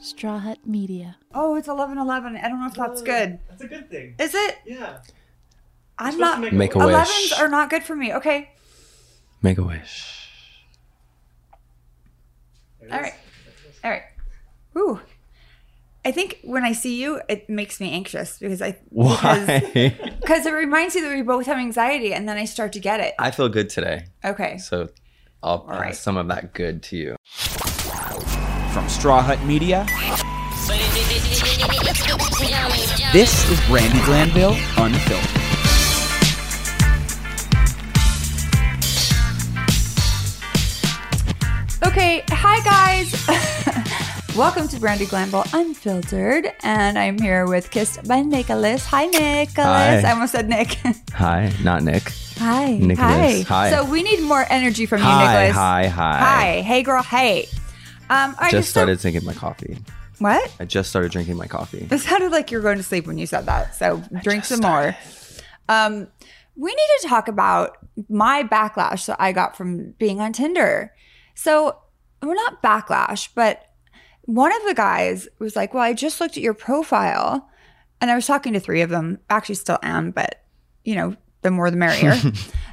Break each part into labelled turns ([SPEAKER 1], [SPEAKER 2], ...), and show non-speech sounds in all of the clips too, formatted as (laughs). [SPEAKER 1] Straw Hut Media.
[SPEAKER 2] Oh, it's eleven eleven. I don't know if
[SPEAKER 3] Oh.
[SPEAKER 2] that's good.
[SPEAKER 3] That's a good thing.
[SPEAKER 2] Is it?
[SPEAKER 3] Yeah.
[SPEAKER 2] I'm
[SPEAKER 3] supposed
[SPEAKER 2] not.
[SPEAKER 3] to make-
[SPEAKER 4] Make a wish.
[SPEAKER 2] Elevens are not good for me. Okay.
[SPEAKER 4] Make a wish.
[SPEAKER 2] (laughs)
[SPEAKER 3] There it
[SPEAKER 2] All
[SPEAKER 3] is.
[SPEAKER 2] right. All right. Ooh. I think when I see you, it makes me anxious because I because
[SPEAKER 4] Why? (laughs)
[SPEAKER 2] because it reminds you that we both have anxiety, and then I start to get it.
[SPEAKER 4] I feel good today,
[SPEAKER 2] Okay.
[SPEAKER 4] so I'll pass
[SPEAKER 2] right.
[SPEAKER 4] some of that good to you.
[SPEAKER 5] From Straw Hut Media, this is Brandy Glanville Unfiltered.
[SPEAKER 2] Okay, hi guys. (laughs) Welcome to Brandy Glanville Unfiltered, and I'm here with Kissed by Nicholas. Hi, Nicholas.
[SPEAKER 4] Hi.
[SPEAKER 2] I almost said Nick. (laughs)
[SPEAKER 4] Hi, not Nick.
[SPEAKER 2] hi,
[SPEAKER 4] Nicholas. Hi.
[SPEAKER 2] So we need more energy from you,
[SPEAKER 4] Hi,
[SPEAKER 2] Nicholas.
[SPEAKER 4] hi, hi.
[SPEAKER 2] hi, hey, girl, hey. Um, all right,
[SPEAKER 4] Just
[SPEAKER 2] so-
[SPEAKER 4] started drinking my coffee.
[SPEAKER 2] What?
[SPEAKER 4] I just started drinking my coffee.
[SPEAKER 2] It sounded like you were going to sleep when you said that. So drink some more. Um, we need to talk about my backlash that I got from being on Tinder. So, well, not backlash, but one of the guys was like, Well, I just looked at your profile. And I was talking to three of them, actually, still am, but you know, the more the
[SPEAKER 4] (laughs)
[SPEAKER 2] merrier.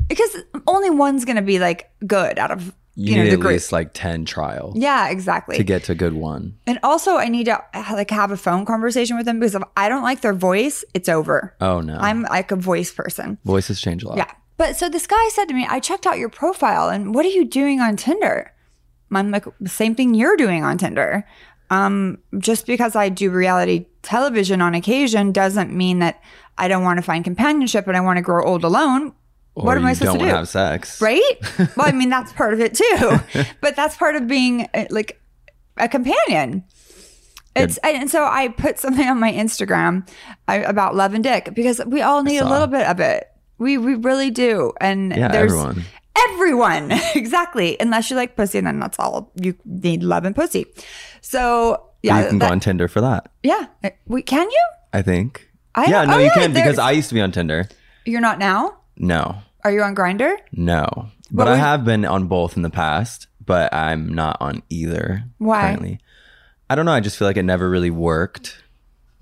[SPEAKER 2] because only one's going to be like good out of,
[SPEAKER 4] You,
[SPEAKER 2] you, know,
[SPEAKER 4] need
[SPEAKER 2] the
[SPEAKER 4] at
[SPEAKER 2] group.
[SPEAKER 4] least like 10 trial
[SPEAKER 2] Yeah, exactly.
[SPEAKER 4] to get to a good one.
[SPEAKER 2] And also, I need to uh, like have a phone conversation with them because if I don't like their voice, it's over.
[SPEAKER 4] Oh, no.
[SPEAKER 2] I'm like a voice person.
[SPEAKER 4] Voices change a lot.
[SPEAKER 2] Yeah. But so this guy said to me, I checked out your profile and what are you doing on Tinder? I'm like, the same thing you're doing on Tinder. Um, just because I do reality television on occasion doesn't mean that I don't want to find companionship and I want to grow old alone.
[SPEAKER 4] Or
[SPEAKER 2] what am
[SPEAKER 4] you
[SPEAKER 2] I supposed
[SPEAKER 4] don't
[SPEAKER 2] to do?
[SPEAKER 4] wanna have sex. (laughs)
[SPEAKER 2] right? well, I mean, that's part of it too, but that's part of being uh, like a companion. It's and so I put something on my Instagram I, about love and dick because we all need a
[SPEAKER 4] saw.
[SPEAKER 2] little bit of it. We we really do, and
[SPEAKER 4] Yeah,
[SPEAKER 2] there's
[SPEAKER 4] everyone.
[SPEAKER 2] everyone (laughs) exactly. Unless you like pussy, and then that's all you need: love and pussy. So yeah,
[SPEAKER 4] you can
[SPEAKER 2] that-
[SPEAKER 4] go on Tinder for that,
[SPEAKER 2] yeah. Uh, We can you?
[SPEAKER 4] I think.
[SPEAKER 2] I
[SPEAKER 4] yeah,
[SPEAKER 2] don't-
[SPEAKER 4] no,
[SPEAKER 2] oh,
[SPEAKER 4] you
[SPEAKER 2] yeah,
[SPEAKER 4] can because
[SPEAKER 2] there's-
[SPEAKER 4] I used to be on Tinder.
[SPEAKER 2] You're not now.
[SPEAKER 4] No,
[SPEAKER 2] Are you on Grinder?
[SPEAKER 4] no. But,
[SPEAKER 2] But
[SPEAKER 4] I
[SPEAKER 2] we-
[SPEAKER 4] have been on both in the past, but I'm not on either
[SPEAKER 2] Why?
[SPEAKER 4] currently. I don't know. I just feel like it never really worked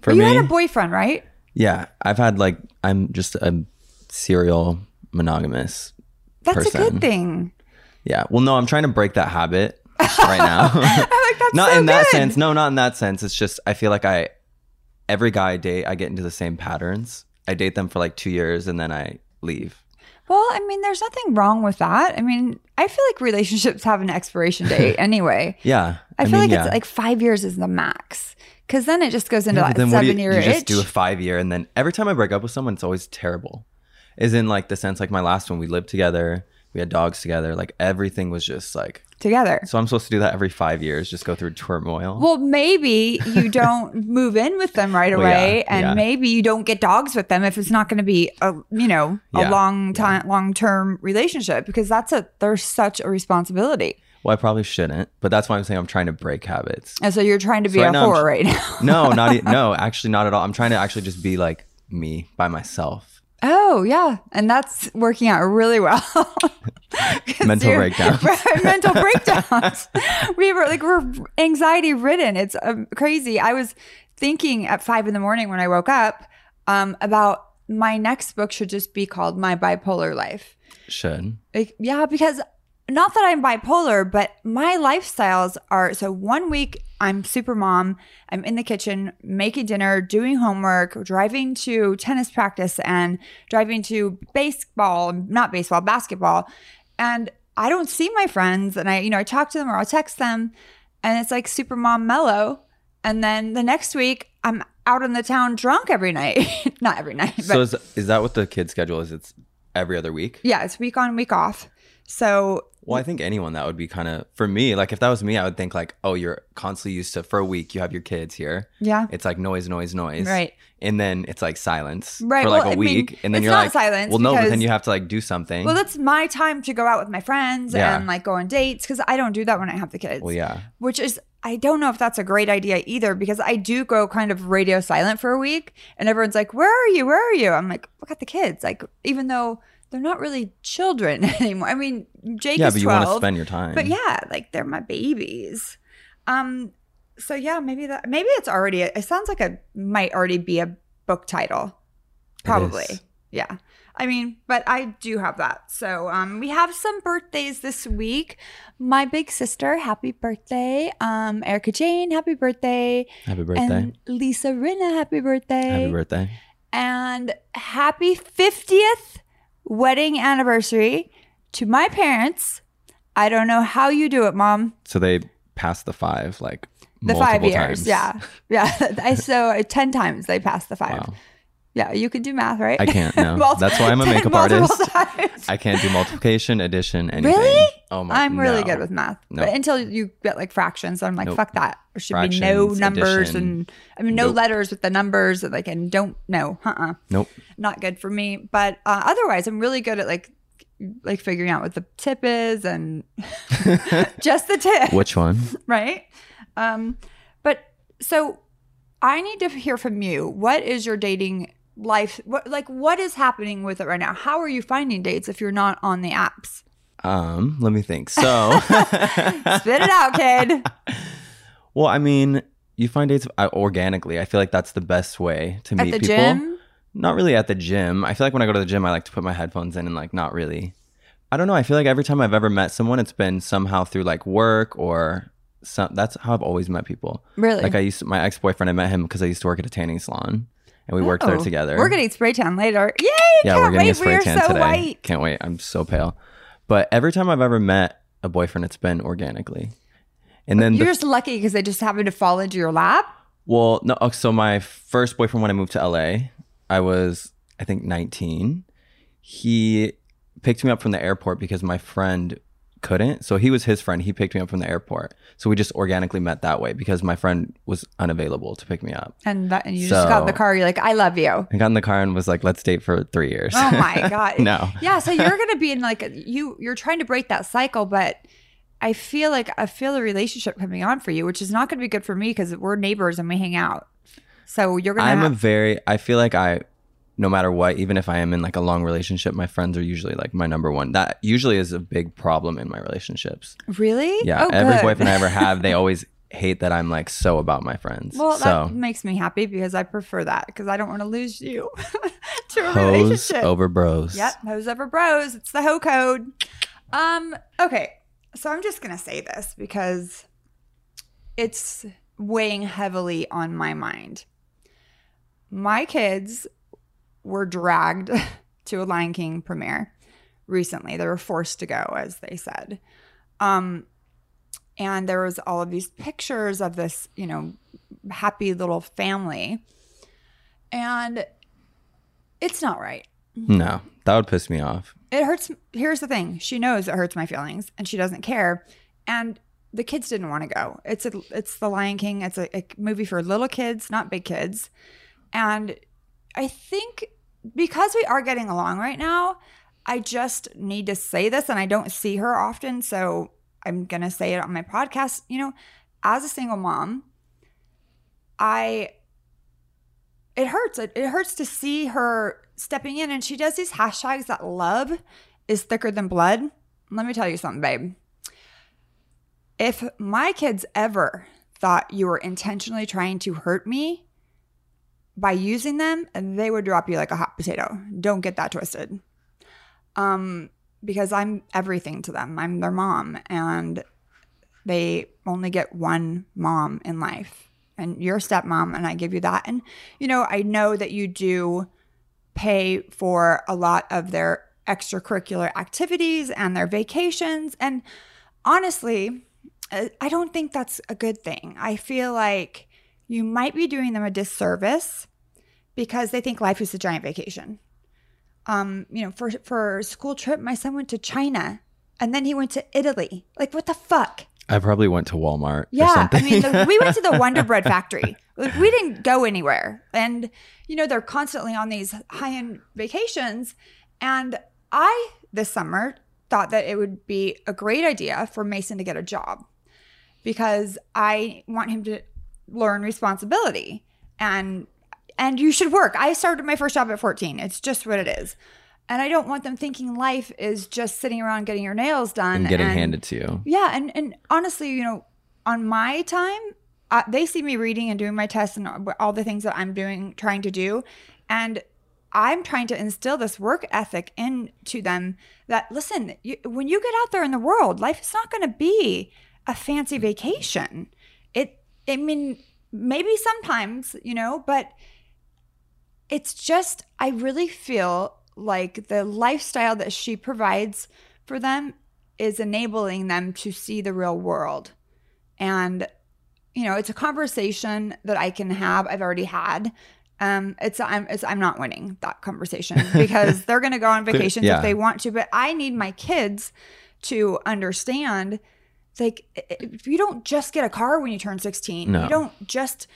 [SPEAKER 4] for
[SPEAKER 2] You
[SPEAKER 4] me.
[SPEAKER 2] had a boyfriend, right?
[SPEAKER 4] yeah, I've had like, I'm just a serial monogamous.
[SPEAKER 2] That's a
[SPEAKER 4] Person.
[SPEAKER 2] good thing.
[SPEAKER 4] Yeah. Well, no, I'm trying to break that habit right now. (laughs)
[SPEAKER 2] Like (laughs) that's
[SPEAKER 4] not
[SPEAKER 2] so
[SPEAKER 4] in that
[SPEAKER 2] good.
[SPEAKER 4] sense. No, not in that sense. It's just I feel like I every guy I date, I get into the same patterns. I date them for like two years and then I leave.
[SPEAKER 2] Well, I mean, there's nothing wrong with that. I mean, I feel like relationships have an
[SPEAKER 4] (laughs)
[SPEAKER 2] expiration date anyway.
[SPEAKER 4] Yeah.
[SPEAKER 2] I feel
[SPEAKER 4] mean,
[SPEAKER 2] like
[SPEAKER 4] yeah.
[SPEAKER 2] it's like five years is the max because then it just goes into
[SPEAKER 4] Yeah,
[SPEAKER 2] that
[SPEAKER 4] but then what do
[SPEAKER 2] seven
[SPEAKER 4] you,
[SPEAKER 2] year
[SPEAKER 4] you
[SPEAKER 2] itch.
[SPEAKER 4] just do a five year and then every time I break up with someone, it's always terrible. Is in like the sense like my last one, we lived together, we had dogs together, like everything was just like
[SPEAKER 2] together.
[SPEAKER 4] so I'm supposed to do that every five years, just go through turmoil.
[SPEAKER 2] Well, maybe
[SPEAKER 4] (laughs)
[SPEAKER 2] you don't move in with them right
[SPEAKER 4] Well, yeah,
[SPEAKER 2] away, and
[SPEAKER 4] yeah.
[SPEAKER 2] maybe you don't get dogs with them if it's not going to be a you know a
[SPEAKER 4] Yeah,
[SPEAKER 2] long time long term relationship because that's a there's such a responsibility.
[SPEAKER 4] well, I probably shouldn't, but that's why I'm saying I'm trying to break habits.
[SPEAKER 2] And so you're trying to be a
[SPEAKER 4] So right now I'm
[SPEAKER 2] whore
[SPEAKER 4] tr-
[SPEAKER 2] right (laughs) now.
[SPEAKER 4] No, not e- no, actually not at all. I'm trying to actually just be like me by myself.
[SPEAKER 2] Oh yeah, and that's working out really well. (laughs) 'Cause
[SPEAKER 4] (laughs) Mental
[SPEAKER 2] you're- (laughs)
[SPEAKER 4] breakdowns. (laughs)
[SPEAKER 2] mental breakdowns. (laughs) we were like we're anxiety ridden. It's um, crazy. I was thinking at five in the morning when I woke up um, about my next book should just be called My Bipolar Life.
[SPEAKER 4] Should.
[SPEAKER 2] Like, yeah, because not that I'm bipolar, but my lifestyles are so one week I'm super mom, I'm in the kitchen making dinner, doing homework, driving to tennis practice and driving to baseball, not baseball, basketball. And I don't see my friends and I, you know, I talk to them or I'll text them and it's like super mom mellow. And then the next week I'm out in the town drunk every night. (laughs) not every night, but
[SPEAKER 4] so is, is that what the kid schedule is? It's every other week.
[SPEAKER 2] yeah, it's week on, week off. So
[SPEAKER 4] Well, I think anyone that would be kind of for me. Like if that was me, I would think like, oh, you're constantly used to for a week. You have your kids here.
[SPEAKER 2] yeah.
[SPEAKER 4] It's like noise, noise, noise.
[SPEAKER 2] Right.
[SPEAKER 4] And then it's like silence
[SPEAKER 2] Right,
[SPEAKER 4] for like
[SPEAKER 2] well, I
[SPEAKER 4] a
[SPEAKER 2] mean,
[SPEAKER 4] week, and then
[SPEAKER 2] it's
[SPEAKER 4] you're
[SPEAKER 2] not
[SPEAKER 4] like,
[SPEAKER 2] silence
[SPEAKER 4] well, no, but then
[SPEAKER 2] because-
[SPEAKER 4] you have to like do something.
[SPEAKER 2] Well, that's my time to go out with my friends
[SPEAKER 4] Yeah.
[SPEAKER 2] and like go on dates because I don't do that when I have the kids.
[SPEAKER 4] Well, yeah.
[SPEAKER 2] Which is, I don't know if that's a great idea either because I do go kind of radio silent for a week and everyone's like, Where are you? Where are you? I'm like, Look at the kids. Like, even though they're not really children (laughs) anymore. I mean, Jake
[SPEAKER 4] yeah,
[SPEAKER 2] is
[SPEAKER 4] but you
[SPEAKER 2] 12.
[SPEAKER 4] want to spend your time.
[SPEAKER 2] but yeah, like they're my babies. Um, so yeah, maybe that maybe it's already it sounds like a might already be a book title. Probably.
[SPEAKER 4] is.
[SPEAKER 2] Yeah. I mean, but I do have that. So um we have some birthdays this week. My big sister, happy birthday. Um Erica Jane, happy birthday.
[SPEAKER 4] Happy birthday.
[SPEAKER 2] And Lisa Rinna, happy birthday.
[SPEAKER 4] Happy birthday.
[SPEAKER 2] And happy 50th wedding anniversary to my parents. I don't know how you do it, mom.
[SPEAKER 4] So they passed the five like
[SPEAKER 2] the
[SPEAKER 4] multiple
[SPEAKER 2] five years
[SPEAKER 4] times.
[SPEAKER 2] yeah yeah (laughs) I, so uh, 10 times they passed the five
[SPEAKER 4] Wow.
[SPEAKER 2] yeah you could do math right (laughs)
[SPEAKER 4] I can't, no. That's why I'm a
[SPEAKER 2] 10 (laughs)
[SPEAKER 4] makeup
[SPEAKER 2] multiple
[SPEAKER 4] artist.
[SPEAKER 2] times.
[SPEAKER 4] I can't do multiplication, addition, anything.
[SPEAKER 2] Really?
[SPEAKER 4] Oh my!
[SPEAKER 2] i'm really
[SPEAKER 4] no.
[SPEAKER 2] good with math
[SPEAKER 4] No.
[SPEAKER 2] but until you get like fractions i'm like
[SPEAKER 4] Nope.
[SPEAKER 2] fuck that there should be no
[SPEAKER 4] Fractions,
[SPEAKER 2] numbers
[SPEAKER 4] addition.
[SPEAKER 2] and i mean no
[SPEAKER 4] Nope.
[SPEAKER 2] letters with the numbers and like and don't no uh-uh
[SPEAKER 4] Nope.
[SPEAKER 2] not good for me but uh, otherwise i'm really good at like like figuring out what the tip is and (laughs) just the tip
[SPEAKER 4] Which one?
[SPEAKER 2] (laughs) right? Um, but so I need to hear from you. What is your dating life? What like what is happening with it right now? How are you finding dates if you're not on the apps?
[SPEAKER 4] Um, let me think. So, (laughs)
[SPEAKER 2] Spit it out, kid.
[SPEAKER 4] well, I mean, you find dates uh, organically. I feel like that's the best way to
[SPEAKER 2] At
[SPEAKER 4] meet
[SPEAKER 2] the
[SPEAKER 4] people.
[SPEAKER 2] gym.
[SPEAKER 4] Not really at the gym. I feel like when I go to the gym, I like to put my headphones in and like not really. I don't know. I feel like every time I've ever met someone, it's been somehow through like work or some. That's how I've always met people.
[SPEAKER 2] Really?
[SPEAKER 4] Like I used to, my ex boyfriend, I met him because I used to work at a tanning salon, and we worked there
[SPEAKER 2] Oh.
[SPEAKER 4] together.
[SPEAKER 2] We're getting spray tan later. Yay!
[SPEAKER 4] yeah,
[SPEAKER 2] can't
[SPEAKER 4] we're getting
[SPEAKER 2] wait.
[SPEAKER 4] a spray
[SPEAKER 2] we're
[SPEAKER 4] tan
[SPEAKER 2] so
[SPEAKER 4] today.
[SPEAKER 2] white.
[SPEAKER 4] Can't wait. I'm so pale. But every time I've ever met a boyfriend, it's been organically. And then
[SPEAKER 2] You're
[SPEAKER 4] the,
[SPEAKER 2] just lucky because they just happened to fall into your lap.
[SPEAKER 4] well, no. oh, So my first boyfriend when I moved to LA, I was I think 19. He picked me up from the airport because my friend couldn't. So he was his friend. He picked me up from the airport. So we just organically met that way because my friend was unavailable to pick me up.
[SPEAKER 2] And that and you just got in the
[SPEAKER 4] So-
[SPEAKER 2] car, you're like, I love you.
[SPEAKER 4] I got in the car and was like, "Let's date for three years." (laughs)
[SPEAKER 2] Oh my god.
[SPEAKER 4] No.
[SPEAKER 2] Yeah, so you're going to be in like a- you you're trying to break that cycle, but I feel like I feel a relationship coming on for you, which is not going to be good for me cuz we're neighbors and we hang out. So you're going to
[SPEAKER 4] I'm a
[SPEAKER 2] have
[SPEAKER 4] very I feel like I no matter what, even if I am in like a long relationship, my friends are usually like my number one. That usually is a big problem in my relationships.
[SPEAKER 2] Really?
[SPEAKER 4] Yeah.
[SPEAKER 2] Oh,
[SPEAKER 4] every
[SPEAKER 2] good.
[SPEAKER 4] boyfriend I ever
[SPEAKER 2] (laughs)
[SPEAKER 4] have, they always hate that I'm like so about my friends.
[SPEAKER 2] Well,
[SPEAKER 4] so
[SPEAKER 2] that makes me happy because I prefer that because I don't want to lose you (laughs) to a
[SPEAKER 4] hoes
[SPEAKER 2] relationship.
[SPEAKER 4] over bros.
[SPEAKER 2] Yep, hoes over bros. It's the hoe code. Um, okay. So I'm just gonna say this because it's weighing heavily on my mind. My kids were dragged (laughs) to a Lion King premiere recently. They were forced to go, as they said. Um, and there was all of these pictures of this, you know, happy little family. And it's not right.
[SPEAKER 4] No, that would piss me off.
[SPEAKER 2] It hurts. Here's the thing. She knows it hurts my feelings, and she doesn't care. And the kids didn't want to go. It's a, it's the Lion King. It's a, a movie for little kids, not big kids. And I think because we are getting along right now, I just need to say this, and I don't see her often, so I'm gonna say it on my podcast. You know, as a single mom, I it hurts. It, it hurts to see her stepping in, and she does these hashtags that love is thicker than blood. Let me tell you something, babe. If my kids ever thought you were intentionally trying to hurt me by using them, they would drop you like a hot potato. Don't get that twisted. Um, because I'm everything to them. I'm their mom, and they only get one mom in life. And you're a stepmom, and I give you that. And, you know, I know that you do pay for a lot of their extracurricular activities and their vacations. And honestly, I I don't think that's a good thing. I feel like you might be doing them a disservice because they think life is a giant vacation. Um, you know, for for a school trip, my son went to China and then he went to Italy. Like what the fuck?
[SPEAKER 4] I probably went to Walmart or
[SPEAKER 2] Yeah,
[SPEAKER 4] something.
[SPEAKER 2] I mean, the, we went
[SPEAKER 4] (laughs)
[SPEAKER 2] to the Wonder Bread factory. Like, we didn't go anywhere, and you know they're constantly on these high-end vacations. And I this summer thought that it would be a great idea for Mason to get a job because I want him to learn responsibility and and you should work. I started my first job at 14. It's just what it is. And I don't want them thinking life is just sitting around getting
[SPEAKER 4] (laughs)
[SPEAKER 2] your nails done
[SPEAKER 4] and getting handed to you.
[SPEAKER 2] yeah, and and honestly, you know, on my time, uh, they see me reading and doing my tests and all- all the things that I'm doing, trying to do, and I'm trying to instill this work ethic into them. That listen, you, when you get out there in the world, life is not going to be a fancy vacation. It, I mean, maybe sometimes, you know, but it's just I really feel like the lifestyle that she provides for them is enabling them to see the real world. And you know, it's a conversation that I can have. I've already had. Um, it's I'm it's, I'm not winning that conversation because they're going to go on vacations
[SPEAKER 4] yeah.
[SPEAKER 2] if they want to. But I need my kids to understand. Like, i- i- you don't just get a car when you turn 16.
[SPEAKER 4] No.
[SPEAKER 2] You don't just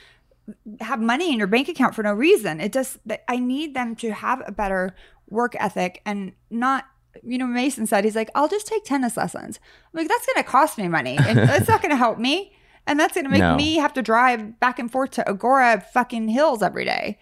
[SPEAKER 2] have money in your bank account for no reason. It just that I need them to have a better work ethic and not you know Mason said he's like I'll just take tennis lessons. I'm like that's going to cost me money.
[SPEAKER 4] (laughs)
[SPEAKER 2] And that's not going to help me and that's going to make
[SPEAKER 4] No.
[SPEAKER 2] me have to drive back and forth to Agora fucking hills every day.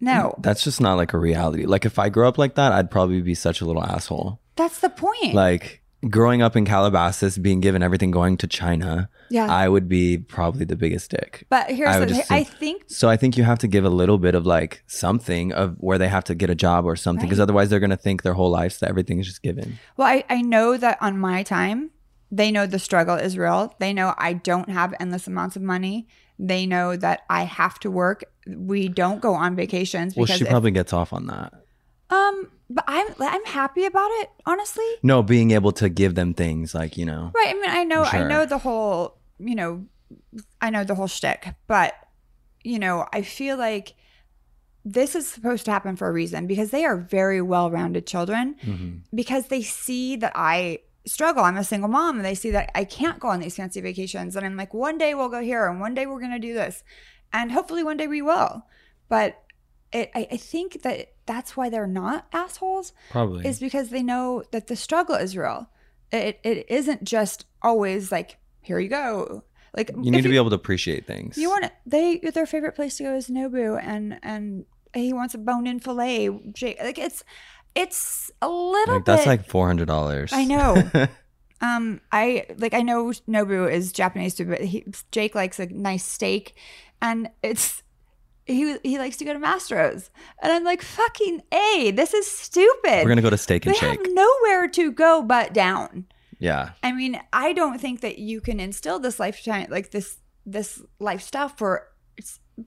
[SPEAKER 2] No,
[SPEAKER 4] That's just not like a reality. Like if I grew up like that, I'd probably be such a little asshole.
[SPEAKER 2] that's the point.
[SPEAKER 4] Like growing up in Calabasas, being given everything going to China,
[SPEAKER 2] yeah.
[SPEAKER 4] I would be probably the biggest dick.
[SPEAKER 2] but here's
[SPEAKER 4] I would
[SPEAKER 2] the
[SPEAKER 4] just
[SPEAKER 2] thing. I
[SPEAKER 4] think-
[SPEAKER 2] think
[SPEAKER 4] So I think you have to give a little bit of like something of where they have to get a job or something because otherwise they're going to think their whole lives that everything is just given.
[SPEAKER 2] Well, I, I know that on my time, they know the struggle is real. They know I don't have endless amounts of money. They know that I have to work. We don't go on vacations
[SPEAKER 4] Well,
[SPEAKER 2] because
[SPEAKER 4] she
[SPEAKER 2] if-
[SPEAKER 4] probably gets off on that.
[SPEAKER 2] um but I'm I'm happy about it, honestly.
[SPEAKER 4] No, being able to give them things like, you know,
[SPEAKER 2] Right. I mean, I know, I
[SPEAKER 4] Sure.
[SPEAKER 2] know the whole, you know, I know the whole shtick, but you know, I feel like this is supposed to happen for a reason because they are very well-rounded children
[SPEAKER 4] Mm-hmm.
[SPEAKER 2] because they see that I struggle. I'm a single mom, and they see that I can't go on these fancy vacations. And I'm like, one day we'll go here, and one day we're gonna do this, and hopefully one day we will. But it, I, I think that that's why they're not assholes
[SPEAKER 4] probably.
[SPEAKER 2] is because they know that the struggle is real. It it isn't just always like here you go. Like
[SPEAKER 4] you need to be able to appreciate things.
[SPEAKER 2] You want to they their favorite place to go is Nobu and and he wants a bone in fillet. Jay- Like it's it's a little
[SPEAKER 4] like, that's
[SPEAKER 2] bit.
[SPEAKER 4] like $400.
[SPEAKER 2] I
[SPEAKER 4] (laughs)
[SPEAKER 2] know. um, I like I know Nobu is Japanese too, but he, Jake likes a nice steak, and it's he he likes to go to Mastro's, and I'm like fucking a. This is stupid.
[SPEAKER 4] We're going to go to Steak and
[SPEAKER 2] They
[SPEAKER 4] Shake.
[SPEAKER 2] have nowhere to go but down.
[SPEAKER 4] yeah.
[SPEAKER 2] I mean, I don't think that you can instill this lifetime, like this this lifestyle for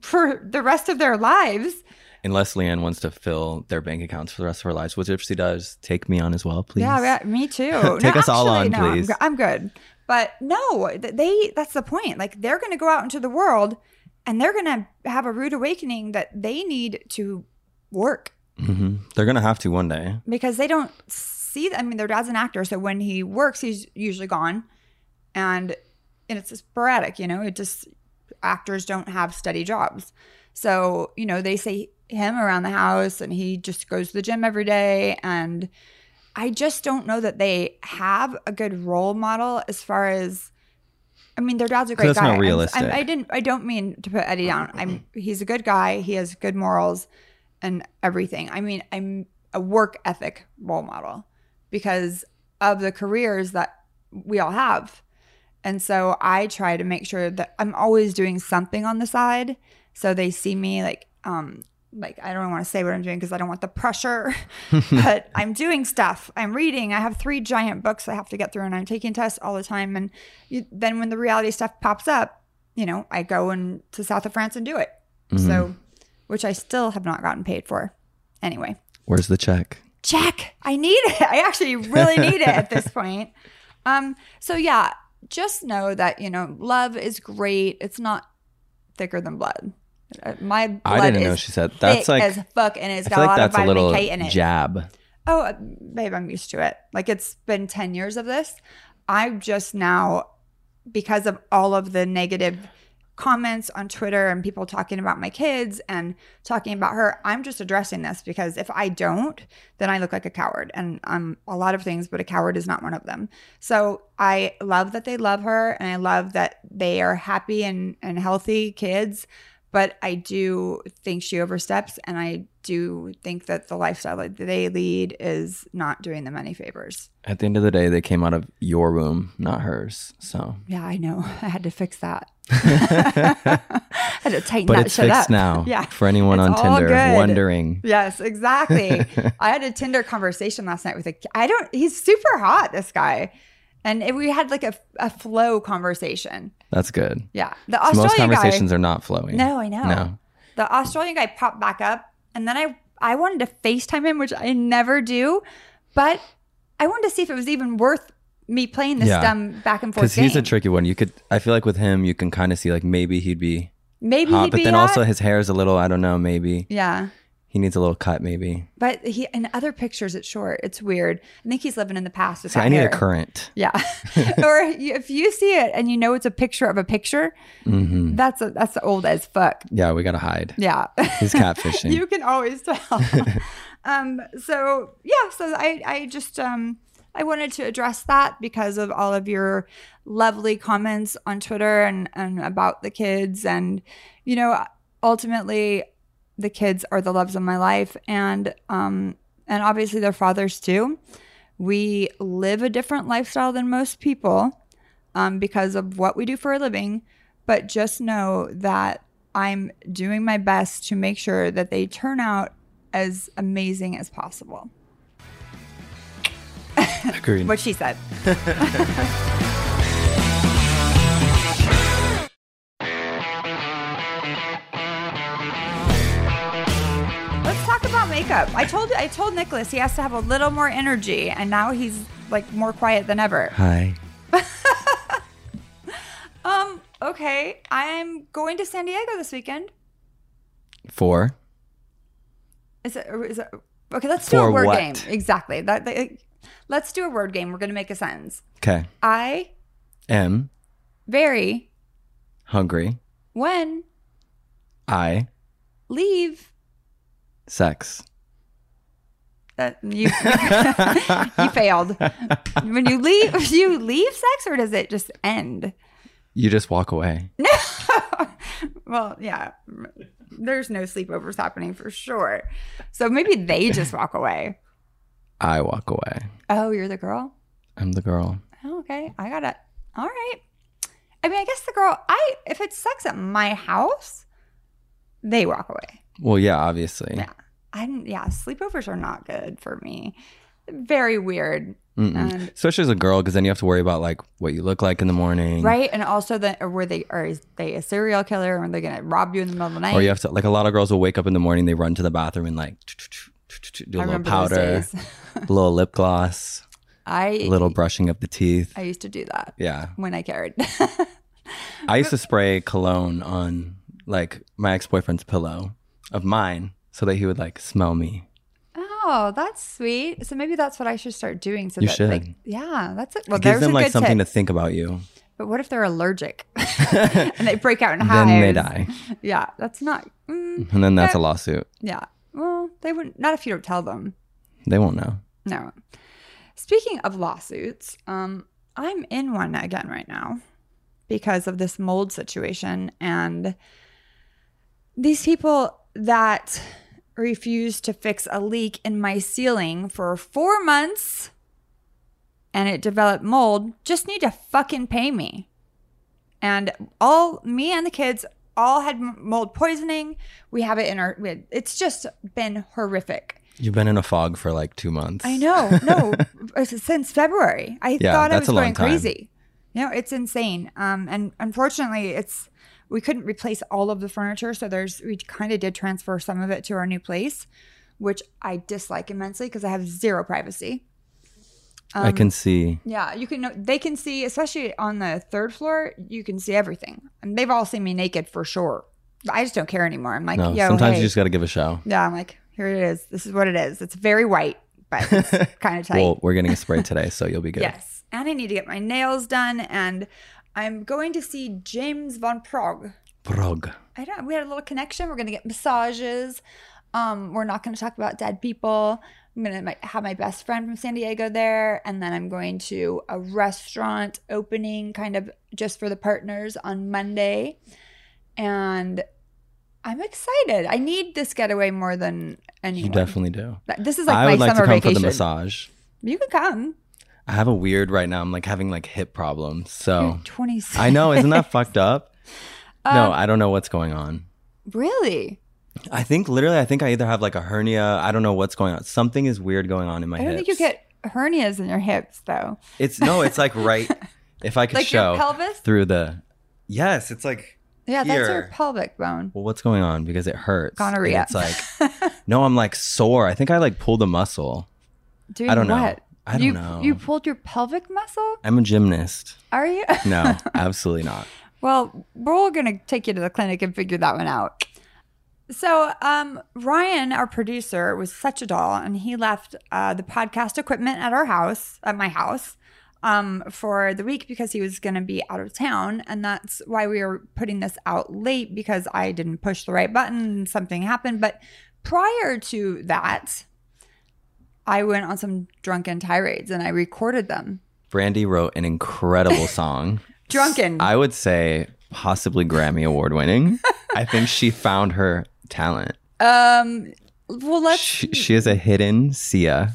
[SPEAKER 2] for the rest of their lives.
[SPEAKER 4] Unless Leanne wants to fill their bank accounts for the rest of her lives, which if she does, take me on as well, please.
[SPEAKER 2] Yeah, yeah, me
[SPEAKER 4] (laughs)
[SPEAKER 2] too. No,
[SPEAKER 4] Take us all on,
[SPEAKER 2] no, I'm
[SPEAKER 4] please.
[SPEAKER 2] go- I'm, good. But no, th- they that's the point. Like they're going to go out into the world and they're going to have a rude awakening that they need to work
[SPEAKER 4] hmm They're going to have to one
[SPEAKER 2] (laughs)
[SPEAKER 4] day.
[SPEAKER 2] because they don't see. I mean, their dad's an actor, so when he works, he's usually gone, and and it's sporadic. You know, it just actors don't have steady jobs, so you know they say him around the house, and he just goes to the gym every day, and I just don't know that they have a good role model as far as. I mean, their dad's a great
[SPEAKER 4] That's
[SPEAKER 2] guy.
[SPEAKER 4] not
[SPEAKER 2] I'm- I'm-
[SPEAKER 4] realistic.
[SPEAKER 2] I didn't. I don't mean to put Eddie down. I'm. He's a good guy. He has good morals and everything. I mean, I'm a work ethic role model because of the careers that we all have. And so I try to make sure that I'm always doing something on the side so they see me like um like I don't want to say what I'm doing because I don't want the pressure, but I'm doing stuff. I'm reading. I have three giant books I have to get through, and I'm taking tests all the time. And you, then when the reality stuff pops up, you know, I go and to South of France and do it.
[SPEAKER 4] Mm-hmm.
[SPEAKER 2] So, which I still have not gotten paid for. Anyway,
[SPEAKER 4] Where's the check?
[SPEAKER 2] check. I need it. I actually
[SPEAKER 4] (laughs)
[SPEAKER 2] really need it at this point. Um, so yeah, just know that you know love is great. It's not thicker than blood. Uh, My blood
[SPEAKER 4] I didn't know
[SPEAKER 2] is
[SPEAKER 4] she said
[SPEAKER 2] thick
[SPEAKER 4] that's like.
[SPEAKER 2] as fuck, and it's
[SPEAKER 4] I
[SPEAKER 2] got
[SPEAKER 4] feel
[SPEAKER 2] a
[SPEAKER 4] like
[SPEAKER 2] lot of
[SPEAKER 4] that's a
[SPEAKER 2] vitamin
[SPEAKER 4] little
[SPEAKER 2] K in it.
[SPEAKER 4] jab.
[SPEAKER 2] Oh, uh, babe, I'm used to it. Like it's been 10 years of this. I'm just now, because of all of the negative comments on Twitter and people talking about my kids and talking about her, I'm just addressing this because if I don't, then I look like a coward. And I'm a lot of things, but a coward is not one of them. So I love that they love her and I love that they are happy and, and healthy kids. But I do think she oversteps, and I do think that the lifestyle that they lead is not doing them any favors. (laughs)
[SPEAKER 4] At the end of the day, they came out of your womb, not hers. So (laughs)
[SPEAKER 2] Yeah, I know. I had to fix that. (laughs) had to tighten
[SPEAKER 4] But
[SPEAKER 2] that
[SPEAKER 4] it's
[SPEAKER 2] shit
[SPEAKER 4] fixed
[SPEAKER 2] up.
[SPEAKER 4] now
[SPEAKER 2] (laughs) Yeah.
[SPEAKER 4] for anyone
[SPEAKER 2] It's
[SPEAKER 4] on
[SPEAKER 2] all
[SPEAKER 4] Tinder
[SPEAKER 2] good.
[SPEAKER 4] wondering.
[SPEAKER 2] Yes,
[SPEAKER 4] (laughs)
[SPEAKER 2] exactly. I had a Tinder conversation last night with a. I don't. He's super hot. This guy, and it, we had like a, a flow conversation.
[SPEAKER 4] That's good.
[SPEAKER 2] Yeah, the
[SPEAKER 4] So most
[SPEAKER 2] Australian guy.
[SPEAKER 4] conversations are not flowing.
[SPEAKER 2] No, I know.
[SPEAKER 4] No.
[SPEAKER 2] The Australian guy popped back up, and then I I wanted to FaceTime him, which I never do, but I wanted to see if it was even worth me playing this
[SPEAKER 4] Yeah.
[SPEAKER 2] dumb back and forth
[SPEAKER 4] Because he's a
[SPEAKER 2] game.
[SPEAKER 4] tricky one. You could, I feel like with him, you can kind of see like maybe he'd be
[SPEAKER 2] Maybe
[SPEAKER 4] hot,
[SPEAKER 2] he'd
[SPEAKER 4] but
[SPEAKER 2] be
[SPEAKER 4] then
[SPEAKER 2] hot.
[SPEAKER 4] also his hair is a little, I don't know, maybe
[SPEAKER 2] yeah.
[SPEAKER 4] he needs a little cut, maybe.
[SPEAKER 2] But he in other pictures, it's short. It's weird. I think he's living in the past. With
[SPEAKER 4] See,
[SPEAKER 2] that
[SPEAKER 4] I need
[SPEAKER 2] hair.
[SPEAKER 4] a current. (laughs)
[SPEAKER 2] Yeah. (laughs) or you- if you see it and you know it's a picture of a picture,
[SPEAKER 4] hmm
[SPEAKER 2] that's a, that's old as fuck.
[SPEAKER 4] Yeah, we got to hide.
[SPEAKER 2] Yeah. (laughs)
[SPEAKER 4] He's catfishing.
[SPEAKER 2] you can always tell. um, so yeah, so I I just um I wanted to address that because of all of your lovely comments on Twitter and and about the kids and you know ultimately the kids are the loves of my life and um and obviously their fathers too. We live a different lifestyle than most people um, because of what we do for a living. But just know that I'm doing my best to make sure that they turn out as amazing as possible.
[SPEAKER 4] Agreed.
[SPEAKER 2] What she said. (laughs) Let's talk about makeup. I told I told Nicholas he has to have a little more energy, and now he's like more quiet than ever.
[SPEAKER 4] Hi.
[SPEAKER 2] Um, okay. I'm going to San Diego this weekend.
[SPEAKER 4] Four.
[SPEAKER 2] Is it, or is it okay? Let's do
[SPEAKER 4] For
[SPEAKER 2] a word
[SPEAKER 4] what?
[SPEAKER 2] game. Exactly. That, that- let's do a word game. We're going to make a sentence.
[SPEAKER 4] Okay.
[SPEAKER 2] I
[SPEAKER 4] M.
[SPEAKER 2] very
[SPEAKER 4] Hungry.
[SPEAKER 2] when
[SPEAKER 4] I.
[SPEAKER 2] leave.
[SPEAKER 4] Sex.
[SPEAKER 2] That you (laughs) you failed. When you leave, (laughs) you leave sex, or does it just end? (laughs)
[SPEAKER 4] You just walk away.
[SPEAKER 2] well, yeah. There's no sleepovers happening for sure. So maybe they just walk away.
[SPEAKER 4] I walk away.
[SPEAKER 2] Oh, you're the girl.
[SPEAKER 4] I'm the girl.
[SPEAKER 2] Oh, okay, I got it. All right. I mean, I guess the girl. I if it's sex at my house, they walk away.
[SPEAKER 4] Well, yeah, obviously.
[SPEAKER 2] Yeah. I'm yeah. Sleepovers are not good for me. Very weird,
[SPEAKER 4] Mm-mm.
[SPEAKER 2] and,
[SPEAKER 4] Especially as a girl, because then you have to worry about like what you look like in the morning.
[SPEAKER 2] right? And also that were they are is they a serial killer and they're gonna rob you in the middle of the night?
[SPEAKER 4] Or you have to like a lot of girls will wake up in the morning, they run to the bathroom and like do a little powder,
[SPEAKER 2] those days. (laughs)
[SPEAKER 4] a (laughs) little lip gloss,
[SPEAKER 2] I
[SPEAKER 4] a little brushing up the teeth.
[SPEAKER 2] I used to do that
[SPEAKER 4] Yeah.
[SPEAKER 2] when I cared. (laughs)
[SPEAKER 4] I used to spray cologne on like my ex boyfriend's pillow of mine so that he would like smell me.
[SPEAKER 2] oh, that's sweet. So maybe that's what I should start doing. So
[SPEAKER 4] You
[SPEAKER 2] that,
[SPEAKER 4] should.
[SPEAKER 2] like, yeah, that's it. Well,
[SPEAKER 4] it gives
[SPEAKER 2] there's
[SPEAKER 4] them
[SPEAKER 2] a
[SPEAKER 4] like
[SPEAKER 2] good
[SPEAKER 4] something
[SPEAKER 2] tip.
[SPEAKER 4] to think about you.
[SPEAKER 2] But what if they're allergic (laughs)
[SPEAKER 4] (laughs)
[SPEAKER 2] and they break out in hives?
[SPEAKER 4] Then they die.
[SPEAKER 2] Yeah, that's not. Mm,
[SPEAKER 4] And then that's a lawsuit.
[SPEAKER 2] yeah. Well, they wouldn't. Not if you don't tell them.
[SPEAKER 4] They won't know.
[SPEAKER 2] No. Speaking of lawsuits, um, I'm in one again right now because of this mold situation and these people that refused to fix a leak in my ceiling for four months and it developed mold just need to fucking pay me. And all me and the kids all had m- mold poisoning. We have it in our, we had, it's just been horrific.
[SPEAKER 4] You've been in a fog for like two months.
[SPEAKER 2] I know.
[SPEAKER 4] (laughs)
[SPEAKER 2] No, it's since February, I
[SPEAKER 4] Yeah,
[SPEAKER 2] thought I was
[SPEAKER 4] that's a long
[SPEAKER 2] going
[SPEAKER 4] time.
[SPEAKER 2] crazy. You know, it's insane. Um, and unfortunately, it's we couldn't replace all of the furniture, so there's we kind of did transfer some of it to our new place, which I dislike immensely because I have zero privacy.
[SPEAKER 4] I
[SPEAKER 2] Um,
[SPEAKER 4] can see.
[SPEAKER 2] Yeah, you can. They can see, especially on the third floor, you can see everything, and they've all seen me naked for sure. I just don't care anymore. I'm like,
[SPEAKER 4] No,
[SPEAKER 2] yo,
[SPEAKER 4] sometimes
[SPEAKER 2] hey.
[SPEAKER 4] you just got to give a show.
[SPEAKER 2] yeah, I'm like, here it is. This is what it is. It's very white, but
[SPEAKER 4] (laughs)
[SPEAKER 2] it's kind of tight.
[SPEAKER 4] Well, we're getting a spray today, so you'll be good.
[SPEAKER 2] Yes. And I need to get my nails done and I'm going to see James von Prague.
[SPEAKER 4] Prog.
[SPEAKER 2] I don't we had a little connection. We're gonna get massages. Um, we're not gonna talk about dead people. I'm gonna mi- have my best friend from San Diego there, and then I'm going to a restaurant opening kind of just for the partners on Monday. And I'm excited. I need this getaway more than anyone.
[SPEAKER 4] You definitely do.
[SPEAKER 2] That- This is like
[SPEAKER 4] I
[SPEAKER 2] my
[SPEAKER 4] would like to
[SPEAKER 2] summer
[SPEAKER 4] come
[SPEAKER 2] vacation.
[SPEAKER 4] for the massage.
[SPEAKER 2] You can come.
[SPEAKER 4] Oh. I have a weird right now. I'm like having like hip problems. So
[SPEAKER 2] Twenty. (laughs)
[SPEAKER 4] I know, isn't that fucked up?
[SPEAKER 2] Um,
[SPEAKER 4] no, I don't know what's going on.
[SPEAKER 2] Really?
[SPEAKER 4] I think literally, I think I either have like a hernia. I don't know what's going on. Something is weird going on in my
[SPEAKER 2] I don't think you
[SPEAKER 4] hips.
[SPEAKER 2] get hernias in your hips though.
[SPEAKER 4] It's no, it's
[SPEAKER 2] (laughs)
[SPEAKER 4] like right. if I could
[SPEAKER 2] Like
[SPEAKER 4] show
[SPEAKER 2] your pelvis?
[SPEAKER 4] through the. Yes, it's like.
[SPEAKER 2] Yeah, that's your
[SPEAKER 4] here.
[SPEAKER 2] pelvic bone.
[SPEAKER 4] Well, what's going on? Because it hurts. And
[SPEAKER 2] Gonorrhea.
[SPEAKER 4] It's like. no, I'm like sore. I think I like pulled a muscle.
[SPEAKER 2] (laughs) Doing
[SPEAKER 4] I don't know.
[SPEAKER 2] what?
[SPEAKER 4] I don't
[SPEAKER 2] you,
[SPEAKER 4] know.
[SPEAKER 2] You pulled your pelvic muscle?
[SPEAKER 4] I'm a gymnast.
[SPEAKER 2] Are you?
[SPEAKER 4] No, (laughs) absolutely not.
[SPEAKER 2] Well, we're all going to take you to the clinic and figure that one out. So, um, Ryan, our producer, was such a doll, and he left uh, the podcast equipment at our house, at my house, um, for the week because he was going to be out of town. And that's why we were putting this out late because I didn't push the right button and something happened. But prior to that, I went on some drunken tirades and I recorded them.
[SPEAKER 4] Brandy wrote
[SPEAKER 2] (laughs)
[SPEAKER 4] an incredible song.
[SPEAKER 2] Drunken.
[SPEAKER 4] I would say possibly Grammy award winning. I think she found her
[SPEAKER 2] (laughs)
[SPEAKER 4] talent.
[SPEAKER 2] um, well, let's
[SPEAKER 4] She, she is a hidden Sia.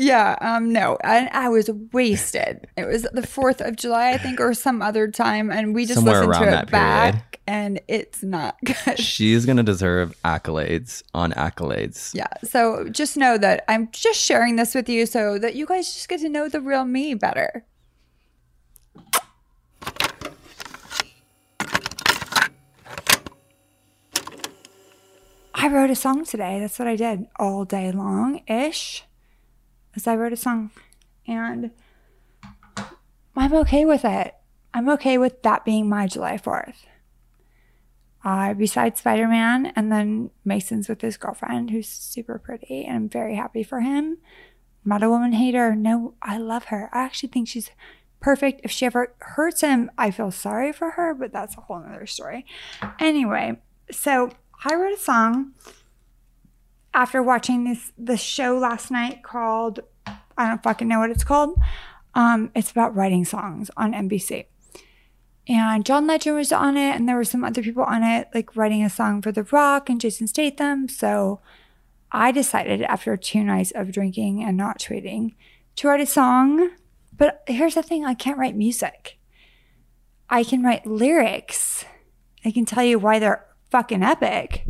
[SPEAKER 2] Yeah, um, no, I, I was wasted. It was the Fourth of July, I think, or some other time, and we just
[SPEAKER 4] Somewhere
[SPEAKER 2] listened
[SPEAKER 4] around
[SPEAKER 2] to
[SPEAKER 4] that
[SPEAKER 2] it back, and it's not (laughs) good.
[SPEAKER 4] She's gonna deserve accolades on accolades.
[SPEAKER 2] yeah, so just know that I'm just sharing this with you so that you guys just get to know the real me better. I wrote a song today. That's what I did all day long ish. As I wrote a song, and I'm okay with it. I'm okay with that being my July 4th. Uh, besides Spider Man, and then Mason's with his girlfriend, who's super pretty, and I'm very happy for him. I'm not a woman hater. No, I love her. I actually think she's perfect. If she ever hurts him, I feel sorry for her, but that's a whole nother story. Anyway, so I wrote a song after watching this the show last night called I don't fucking know what it's called. Um, it's about writing songs on NBC. And John Legend was on it, and there were some other people on it, like writing a song for The Rock and Jason Statham. So I decided after two nights of drinking and not tweeting to write a song. But here's the thing I can't write music, I can write lyrics. I can tell you why they're fucking epic.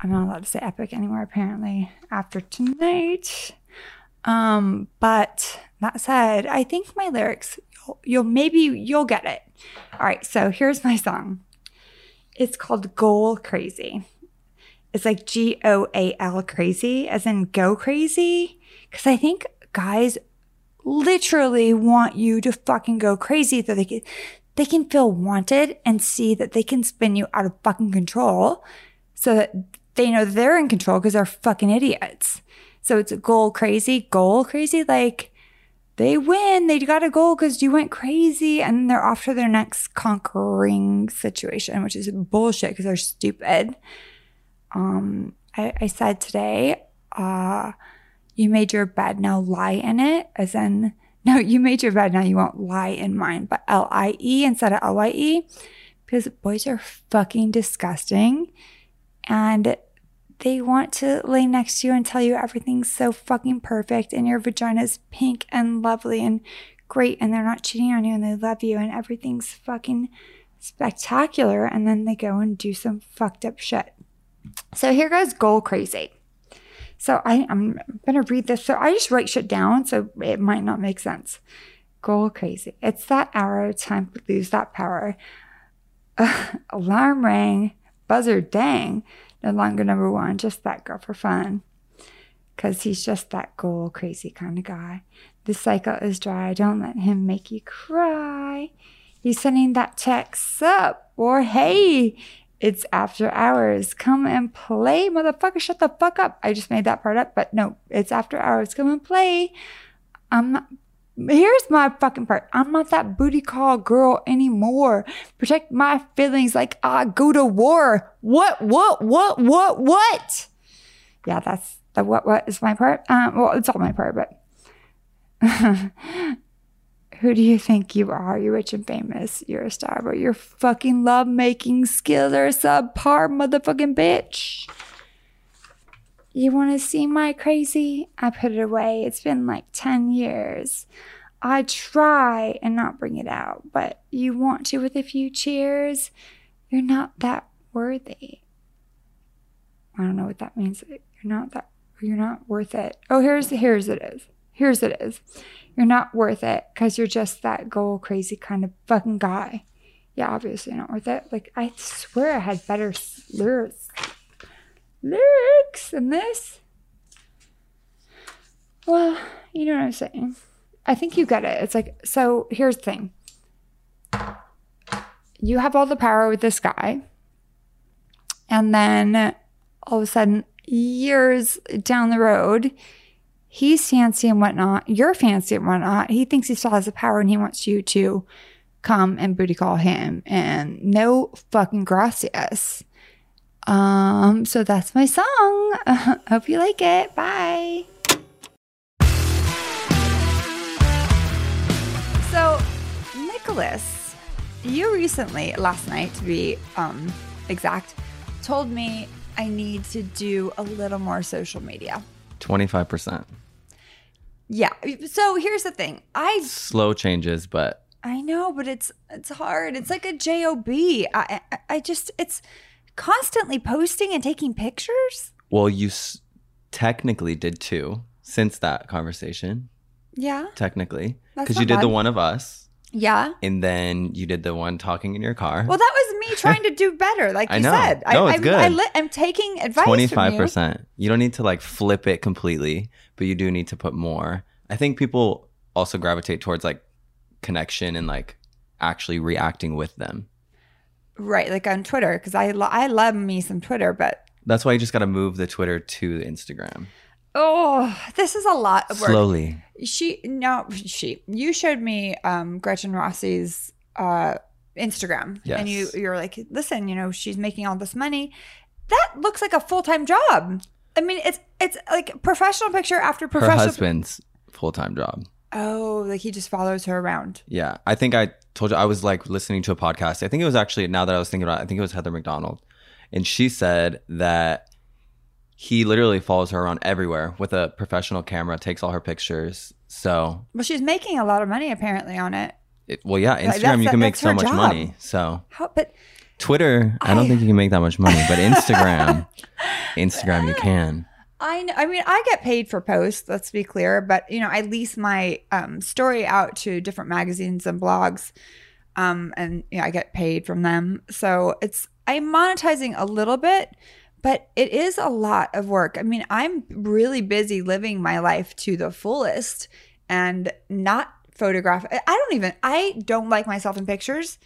[SPEAKER 2] I'm not allowed to say epic anymore, apparently, after tonight. Um, but that said, I think my lyrics you'll, you'll maybe you'll get it. All right, so here's my song. It's called Goal Crazy. It's like G O A L crazy, as in go crazy. Cause I think guys literally want you to fucking go crazy so they can they can feel wanted and see that they can spin you out of fucking control so that they know they're in control because they're fucking idiots. So it's goal crazy, goal crazy. Like they win, they got a goal because you went crazy, and they're off to their next conquering situation, which is bullshit because they're stupid. Um, I, I said today, uh, you made your bed, now lie in it, as in, no, you made your bed, now you won't lie in mine, but L I E instead of L Y E, because boys are fucking disgusting. And they want to lay next to you and tell you everything's so fucking perfect and your vagina's pink and lovely and great and they're not cheating on you and they love you and everything's fucking spectacular and then they go and do some fucked up shit. So here goes goal crazy. So I, I'm gonna read this. So I just write shit down so it might not make sense. Goal crazy. It's that hour, time to lose that power. (laughs) alarm rang, buzzer dang, no longer number one, just that girl for fun. Cause he's just that goal crazy kind of guy. The cycle is dry, don't let him make you cry. He's sending that text up, or hey, it's after hours. Come and play, motherfucker. Shut the fuck up. I just made that part up, but no, it's after hours. Come and play. I'm not Here's my fucking part. I'm not that booty call girl anymore. Protect my feelings like I go to war. What, what, what, what, what? Yeah, that's the what, what is my part. Um, well, it's all my part, but (laughs) who do you think you are? You're rich and famous. You're a star, but your fucking love making skills are subpar, motherfucking bitch. You want to see my crazy? I put it away. It's been like 10 years. I try and not bring it out, but you want to with a few cheers. You're not that worthy. I don't know what that means. You're not that you're not worth it. Oh, here's here's it is. Here's it is. You're not worth it because you're just that goal crazy kind of fucking guy. Yeah, obviously not worth it. Like I swear I had better s- lyrics lyrics than this. Well, you know what I'm saying. I think you get it. It's like, so here's the thing you have all the power with this guy. And then all of a sudden, years down the road, he's fancy and whatnot. You're fancy and whatnot. He thinks he still has the power and he wants you to come and booty call him. And no fucking gracias. Um, so that's my song. (laughs) hope you like it. Bye. So, Nicholas, you recently, last night to be um, exact, told me I need to do a little more social media.
[SPEAKER 4] 25%.
[SPEAKER 2] Yeah. So here's the thing. I
[SPEAKER 4] Slow changes, but
[SPEAKER 2] I know, but it's it's hard. It's like a job. I I, I just it's constantly posting and taking pictures.
[SPEAKER 4] well, you s- technically did two since that conversation,
[SPEAKER 2] Yeah.
[SPEAKER 4] technically,
[SPEAKER 2] That's
[SPEAKER 4] because
[SPEAKER 2] not
[SPEAKER 4] you did
[SPEAKER 2] bad.
[SPEAKER 4] the one of us
[SPEAKER 2] Yeah.
[SPEAKER 4] and then you did the one talking in your car.
[SPEAKER 2] Well, that was me trying to do
[SPEAKER 4] (laughs)
[SPEAKER 2] better, like
[SPEAKER 4] I
[SPEAKER 2] you
[SPEAKER 4] know.
[SPEAKER 2] said.
[SPEAKER 4] No,
[SPEAKER 2] I,
[SPEAKER 4] it's
[SPEAKER 2] I'm,
[SPEAKER 4] good.
[SPEAKER 2] I li- I'm taking advice. from you.
[SPEAKER 4] 25%. You. don't need to like flip it completely, but you do need to put more. I think people also gravitate towards like connection and like actually reacting with them.
[SPEAKER 2] Right, like on Twitter, because I lo- I love me some Twitter, but
[SPEAKER 4] That's why you just got to move the Twitter to the Instagram
[SPEAKER 2] oh, this is a lot of work.
[SPEAKER 4] slowly.
[SPEAKER 2] She no, she you showed me um Gretchen Rossi's uh Instagram,
[SPEAKER 4] Yes.
[SPEAKER 2] and you you're like, listen, you know, she's making all this money. That looks like a full time job. I mean, it's it's like professional picture after
[SPEAKER 4] Her
[SPEAKER 2] professional.
[SPEAKER 4] husband's full time job.
[SPEAKER 2] oh, like he just follows her around.
[SPEAKER 4] Yeah. I think I told you I was like listening to a podcast. I think it was actually now that I was thinking about it, I think it was Heather McDonald. And she said that he literally follows her around everywhere with a professional camera, takes all her pictures. So,
[SPEAKER 2] Well, she's making a lot of money apparently on it.
[SPEAKER 4] it, well, yeah,
[SPEAKER 2] that's-
[SPEAKER 4] Instagram, you can make
[SPEAKER 2] that's
[SPEAKER 4] so
[SPEAKER 2] her
[SPEAKER 4] much
[SPEAKER 2] job.
[SPEAKER 4] money. So,
[SPEAKER 2] How, but
[SPEAKER 4] Twitter, I, don't
[SPEAKER 2] I-
[SPEAKER 4] think you can make that much money,
[SPEAKER 2] (laughs)
[SPEAKER 4] but Instagram, Instagram, you can.
[SPEAKER 2] I know, I mean, I get paid for posts, let's be clear, but you know, I lease my um, story out to different magazines and blogs. Um, and you know, I get paid from them. So it's, I'm monetizing a little bit, but it is a lot of work. I mean, I'm really busy living my life to the fullest and not photograph. I I don't even, I don't like myself in pictures.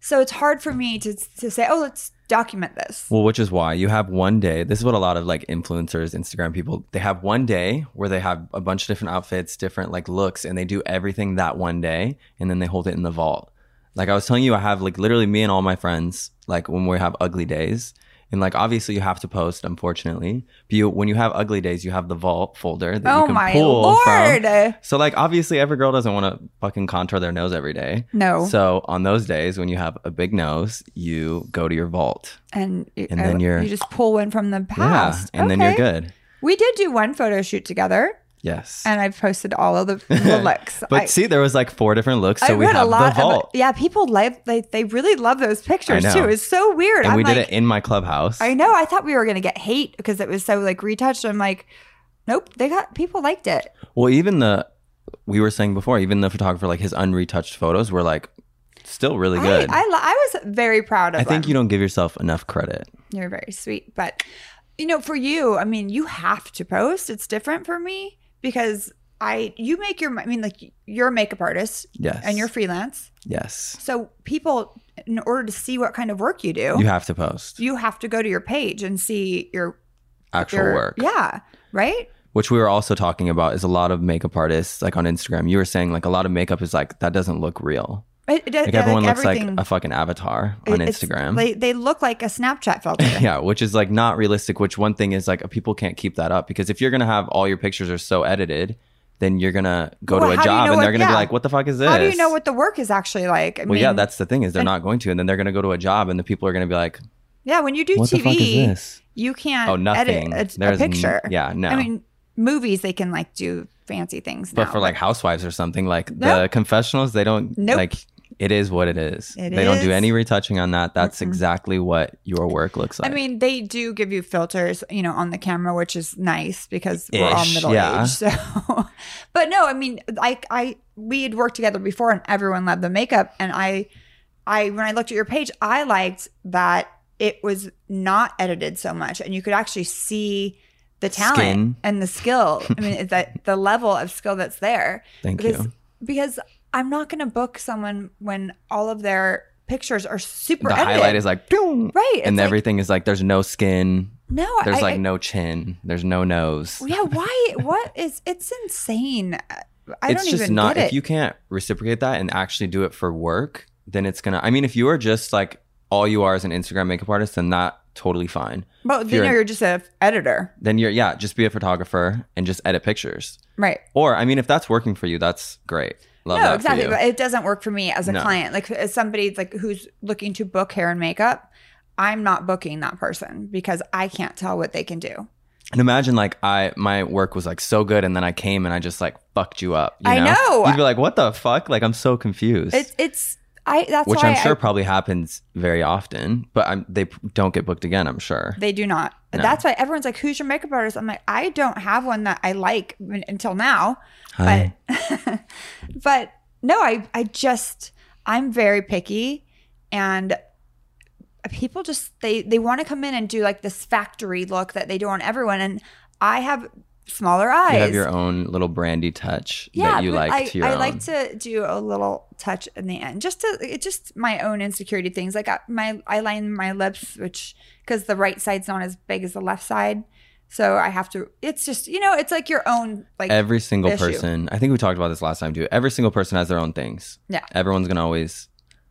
[SPEAKER 2] So it's hard for me to, to say, oh, let's document this.
[SPEAKER 4] Well, which is why you have one day. This is what a lot of like influencers, Instagram people, they have one day where they have a bunch of different outfits, different like looks, and they do everything that one day and then they hold it in the vault. Like I was telling you, I have like literally me and all my friends, like when we have ugly days. And like obviously you have to post, unfortunately. But you when you have ugly days, you have the vault folder that you
[SPEAKER 2] Oh
[SPEAKER 4] can
[SPEAKER 2] my
[SPEAKER 4] pull
[SPEAKER 2] Lord.
[SPEAKER 4] from. So like obviously every girl doesn't want to fucking contour their nose every day.
[SPEAKER 2] No.
[SPEAKER 4] So on those days when you have a big nose, you go to your vault.
[SPEAKER 2] and, you-
[SPEAKER 4] And then
[SPEAKER 2] uh,
[SPEAKER 4] you're-
[SPEAKER 2] you just pull one from the past.
[SPEAKER 4] Yeah, and then you're
[SPEAKER 2] Okay.
[SPEAKER 4] good.
[SPEAKER 2] We did do one photo shoot together,
[SPEAKER 4] Yes.
[SPEAKER 2] and I've posted all
[SPEAKER 4] (laughs)
[SPEAKER 2] of the, the looks.
[SPEAKER 4] but
[SPEAKER 2] I,
[SPEAKER 4] see, there was like four different looks, so
[SPEAKER 2] I
[SPEAKER 4] we
[SPEAKER 2] read
[SPEAKER 4] have
[SPEAKER 2] a lot.
[SPEAKER 4] the
[SPEAKER 2] of-
[SPEAKER 4] vault,
[SPEAKER 2] yeah, people love they they really love those pictures
[SPEAKER 4] know.
[SPEAKER 2] too. It's so weird.
[SPEAKER 4] and
[SPEAKER 2] I'm
[SPEAKER 4] we
[SPEAKER 2] like,
[SPEAKER 4] did it in my clubhouse.
[SPEAKER 2] I know. I thought we were gonna get hate because it was so like retouched. I'm like, nope. They got people liked it.
[SPEAKER 4] well, even the we were saying before, even the photographer, like his unretouched photos were like still really
[SPEAKER 2] I,
[SPEAKER 4] good.
[SPEAKER 2] I, lo- I was very proud of.
[SPEAKER 4] I think
[SPEAKER 2] them.
[SPEAKER 4] you don't give yourself enough credit.
[SPEAKER 2] You're very sweet. But, you know, for you, I mean, you have to post. It's different for me because I, you make your, I mean, like you're a makeup artist
[SPEAKER 4] Yes.
[SPEAKER 2] and you're freelance.
[SPEAKER 4] yes,
[SPEAKER 2] So people, in order to see what kind of work you do,
[SPEAKER 4] you have to post
[SPEAKER 2] you have to go to your page and see your,
[SPEAKER 4] actual
[SPEAKER 2] your
[SPEAKER 4] work.
[SPEAKER 2] Yeah. Right.
[SPEAKER 4] which we were also talking about is a lot of makeup artists like on Instagram. You were saying like a lot of makeup is like that doesn't look real.
[SPEAKER 2] It, it,
[SPEAKER 4] Like everyone looks
[SPEAKER 2] everything-
[SPEAKER 4] like a fucking avatar on
[SPEAKER 2] it- it's-
[SPEAKER 4] Instagram.
[SPEAKER 2] They, they look like a
[SPEAKER 4] (laughs)
[SPEAKER 2] Snapchat filter.
[SPEAKER 4] yeah, which is like not realistic. Which one thing is like people can't keep that up because if you're gonna have all your pictures are so edited, then you're gonna go
[SPEAKER 2] Well,
[SPEAKER 4] to
[SPEAKER 2] how
[SPEAKER 4] a
[SPEAKER 2] do you
[SPEAKER 4] job
[SPEAKER 2] know
[SPEAKER 4] and they're
[SPEAKER 2] what-
[SPEAKER 4] gonna
[SPEAKER 2] yeah.
[SPEAKER 4] be like, "What the fuck is this?"
[SPEAKER 2] How do you know what the work is actually like? I
[SPEAKER 4] well,
[SPEAKER 2] mean,
[SPEAKER 4] yeah, that's the thing is they're not going to, and then they're gonna go to a job, and the people are gonna be like,
[SPEAKER 2] yeah. When you do
[SPEAKER 4] "What
[SPEAKER 2] TV,
[SPEAKER 4] the fuck is this?"
[SPEAKER 2] you can't
[SPEAKER 4] Oh, nothing.
[SPEAKER 2] edit a, a
[SPEAKER 4] There's n-
[SPEAKER 2] picture.
[SPEAKER 4] yeah, no.
[SPEAKER 2] I mean, movies they can like do fancy things
[SPEAKER 4] But
[SPEAKER 2] now.
[SPEAKER 4] for like housewives or something, like the
[SPEAKER 2] Nope.
[SPEAKER 4] confessionals, they don't
[SPEAKER 2] Nope.
[SPEAKER 4] like it is what it is.
[SPEAKER 2] It
[SPEAKER 4] they don't do
[SPEAKER 2] is.
[SPEAKER 4] any retouching on that. That's exactly what your work looks
[SPEAKER 2] I
[SPEAKER 4] like.
[SPEAKER 2] mean, they do give you filters, you know, on the camera, which is nice because we're all
[SPEAKER 4] Ish,
[SPEAKER 2] middle
[SPEAKER 4] yeah.
[SPEAKER 2] aged. (laughs) So, but no, I mean, like I, we had worked together before, and everyone loved the makeup. And I, I when I looked at your page, I liked that it was not edited so much, and you could actually see the talent
[SPEAKER 4] Skin.
[SPEAKER 2] and the skill. I
[SPEAKER 4] (laughs)
[SPEAKER 2] mean, that the level of skill that's there
[SPEAKER 4] Thank
[SPEAKER 2] because
[SPEAKER 4] you.
[SPEAKER 2] because I'm not going to book someone when all of their pictures are super.
[SPEAKER 4] The
[SPEAKER 2] edited.
[SPEAKER 4] highlight is like, boom,
[SPEAKER 2] right,
[SPEAKER 4] and
[SPEAKER 2] it's like,
[SPEAKER 4] everything is like, there's no skin,
[SPEAKER 2] no,
[SPEAKER 4] there's
[SPEAKER 2] I,
[SPEAKER 4] like
[SPEAKER 2] I-
[SPEAKER 4] no chin, there's no nose.
[SPEAKER 2] (laughs) yeah why what is it's insane i
[SPEAKER 4] it's
[SPEAKER 2] don't
[SPEAKER 4] just
[SPEAKER 2] even
[SPEAKER 4] not
[SPEAKER 2] get it
[SPEAKER 4] if you can't reciprocate that and actually do it for work then it's gonna i mean if you are just like all you are is an instagram makeup artist then that totally fine
[SPEAKER 2] but
[SPEAKER 4] if
[SPEAKER 2] you
[SPEAKER 4] you're-
[SPEAKER 2] know you're just a f- editor
[SPEAKER 4] then you're yeah just be a photographer and just edit pictures
[SPEAKER 2] right
[SPEAKER 4] or i mean if that's working for you that's great love
[SPEAKER 2] no
[SPEAKER 4] that
[SPEAKER 2] exactly
[SPEAKER 4] for you.
[SPEAKER 2] but it doesn't work for me as a
[SPEAKER 4] No.
[SPEAKER 2] client like as somebody like who's looking to book hair and makeup i'm not booking that person because i can't tell what they can do
[SPEAKER 4] and imagine like i my work was like so good and then i came and i just like fucked you up you
[SPEAKER 2] I know.
[SPEAKER 4] you'd be like what the fuck like i'm so confused
[SPEAKER 2] it's it's i that's
[SPEAKER 4] which
[SPEAKER 2] why
[SPEAKER 4] i'm sure
[SPEAKER 2] I-
[SPEAKER 4] probably happens very often but i'm they p- don't get booked again i'm sure
[SPEAKER 2] they do not
[SPEAKER 4] No.
[SPEAKER 2] that's why everyone's like who's your makeup artist i'm like i don't have one that i like un- until now
[SPEAKER 4] Hi.
[SPEAKER 2] but (laughs) but no i i just i'm very picky and people just they they want to come in and do like this factory look that they do on everyone and i have smaller eyes
[SPEAKER 4] You have your own little brandy touch that you
[SPEAKER 2] but
[SPEAKER 4] like
[SPEAKER 2] I,
[SPEAKER 4] to your
[SPEAKER 2] I
[SPEAKER 4] own.
[SPEAKER 2] like to do a little touch in the end, just to it's just my own insecurity things. Like I, my, I line my lips, which because the right side's not as big as the left side, so I have to. It's just you know, it's like your own like
[SPEAKER 4] Every single
[SPEAKER 2] issue.
[SPEAKER 4] person, I think we talked about this last time too. Every single person has their own things.
[SPEAKER 2] Yeah.
[SPEAKER 4] Everyone's gonna always,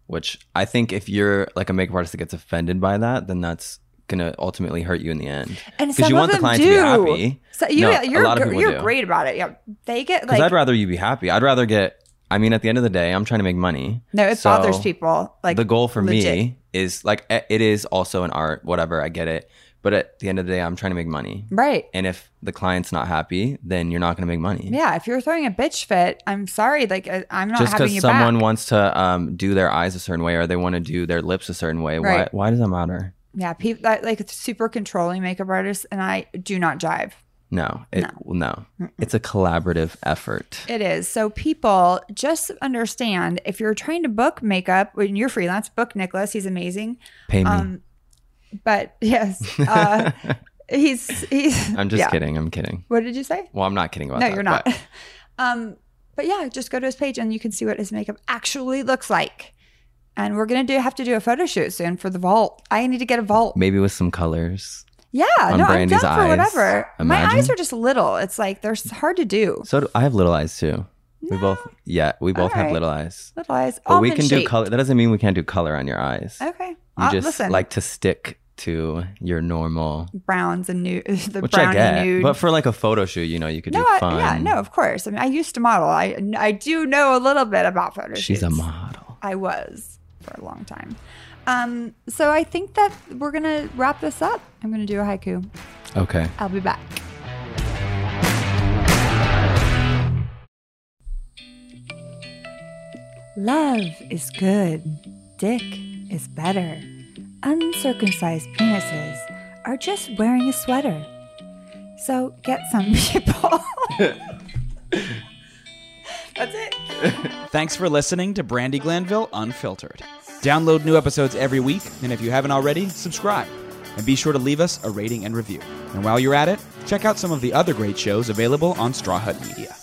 [SPEAKER 4] which I think if you're like a makeup artist that gets offended by that, then that's gonna ultimately hurt you in the end.
[SPEAKER 2] and
[SPEAKER 4] Because
[SPEAKER 2] some
[SPEAKER 4] you want
[SPEAKER 2] of them
[SPEAKER 4] the client
[SPEAKER 2] do.
[SPEAKER 4] to be happy.
[SPEAKER 2] So you,
[SPEAKER 4] No, a
[SPEAKER 2] you're
[SPEAKER 4] lot of
[SPEAKER 2] gr-
[SPEAKER 4] people
[SPEAKER 2] you're
[SPEAKER 4] do.
[SPEAKER 2] great about it. Yeah, they get
[SPEAKER 4] Because
[SPEAKER 2] like
[SPEAKER 4] I'd rather you be happy. I'd rather get. I mean, at the end of the day, I'm trying to make money.
[SPEAKER 2] no, it
[SPEAKER 4] So-
[SPEAKER 2] bothers people. Like
[SPEAKER 4] the goal for
[SPEAKER 2] legit.
[SPEAKER 4] me is like eh, it is also an art. Whatever, I get it. But at the end of the day, I'm trying to make money.
[SPEAKER 2] (laughs) right?
[SPEAKER 4] And if the client's not happy, then you're not gonna make money.
[SPEAKER 2] Yeah, if you're throwing a bitch fit, I'm sorry. Like I- I'm not
[SPEAKER 4] just
[SPEAKER 2] having
[SPEAKER 4] because
[SPEAKER 2] you
[SPEAKER 4] someone
[SPEAKER 2] back.
[SPEAKER 4] wants to um, do their eyes a certain way or they want to do their lips a certain way
[SPEAKER 2] Right.
[SPEAKER 4] why, why does that matter
[SPEAKER 2] yeah, people that like super controlling makeup artists, and I do not jive.
[SPEAKER 4] no it, no, it's a collaborative effort
[SPEAKER 2] It is. So people just understand if you're trying to book makeup when you're freelance, book Nicholas. He's amazing.
[SPEAKER 4] pay me
[SPEAKER 2] Um, but (laughs) yes,
[SPEAKER 4] (laughs)
[SPEAKER 2] uh, he's he's.
[SPEAKER 4] i'm just
[SPEAKER 2] yeah.
[SPEAKER 4] kidding i'm kidding
[SPEAKER 2] What did you say?
[SPEAKER 4] well i'm not kidding about
[SPEAKER 2] no,
[SPEAKER 4] that
[SPEAKER 2] you're not.
[SPEAKER 4] but
[SPEAKER 2] (laughs) um, but yeah, just go to his page and you can see what his makeup actually looks like. And we're gonna do have to do a photo shoot soon for the vault. I need to get a vault.
[SPEAKER 4] maybe with some colors
[SPEAKER 2] Yeah,
[SPEAKER 4] On
[SPEAKER 2] no,
[SPEAKER 4] Brandy's
[SPEAKER 2] I'm down
[SPEAKER 4] eyes.
[SPEAKER 2] for whatever. My
[SPEAKER 4] Imagine.
[SPEAKER 2] eyes are just little. It's like they're s- hard to do.
[SPEAKER 4] so do, i have little eyes too we
[SPEAKER 2] No.
[SPEAKER 4] both yeah we both have
[SPEAKER 2] Alright.
[SPEAKER 4] little eyes
[SPEAKER 2] Little eyes.
[SPEAKER 4] but we
[SPEAKER 2] almond
[SPEAKER 4] can do
[SPEAKER 2] shaped.
[SPEAKER 4] color that doesn't mean we can't do color on your eyes
[SPEAKER 2] Okay.
[SPEAKER 4] you
[SPEAKER 2] Uh,
[SPEAKER 4] just
[SPEAKER 2] listen.
[SPEAKER 4] like to stick to your normal
[SPEAKER 2] browns and nude, (laughs) the
[SPEAKER 4] which
[SPEAKER 2] brown
[SPEAKER 4] i get
[SPEAKER 2] and nude.
[SPEAKER 4] but for like a photo shoot you know you could
[SPEAKER 2] no,
[SPEAKER 4] do
[SPEAKER 2] I,
[SPEAKER 4] fun
[SPEAKER 2] yeah, no, of course. I mean, I used to model. I I do know a little bit about photo
[SPEAKER 4] she's a
[SPEAKER 2] shoots.
[SPEAKER 4] model
[SPEAKER 2] I was for a long time. Um, so I think that we're gonna wrap this up. I'm gonna do a haiku.
[SPEAKER 4] okay
[SPEAKER 2] I'll be back. Love is good. Dick is better. Uncircumcised penises are just wearing a sweater. So get some (laughs) people. That's it.
[SPEAKER 5] Thanks for listening to Brandy Glanville Unfiltered. Download new episodes every week, and if you haven't already, subscribe. And be sure to leave us a rating and review. And while you're at it, check out some of the other great shows available on Straw Hut Media.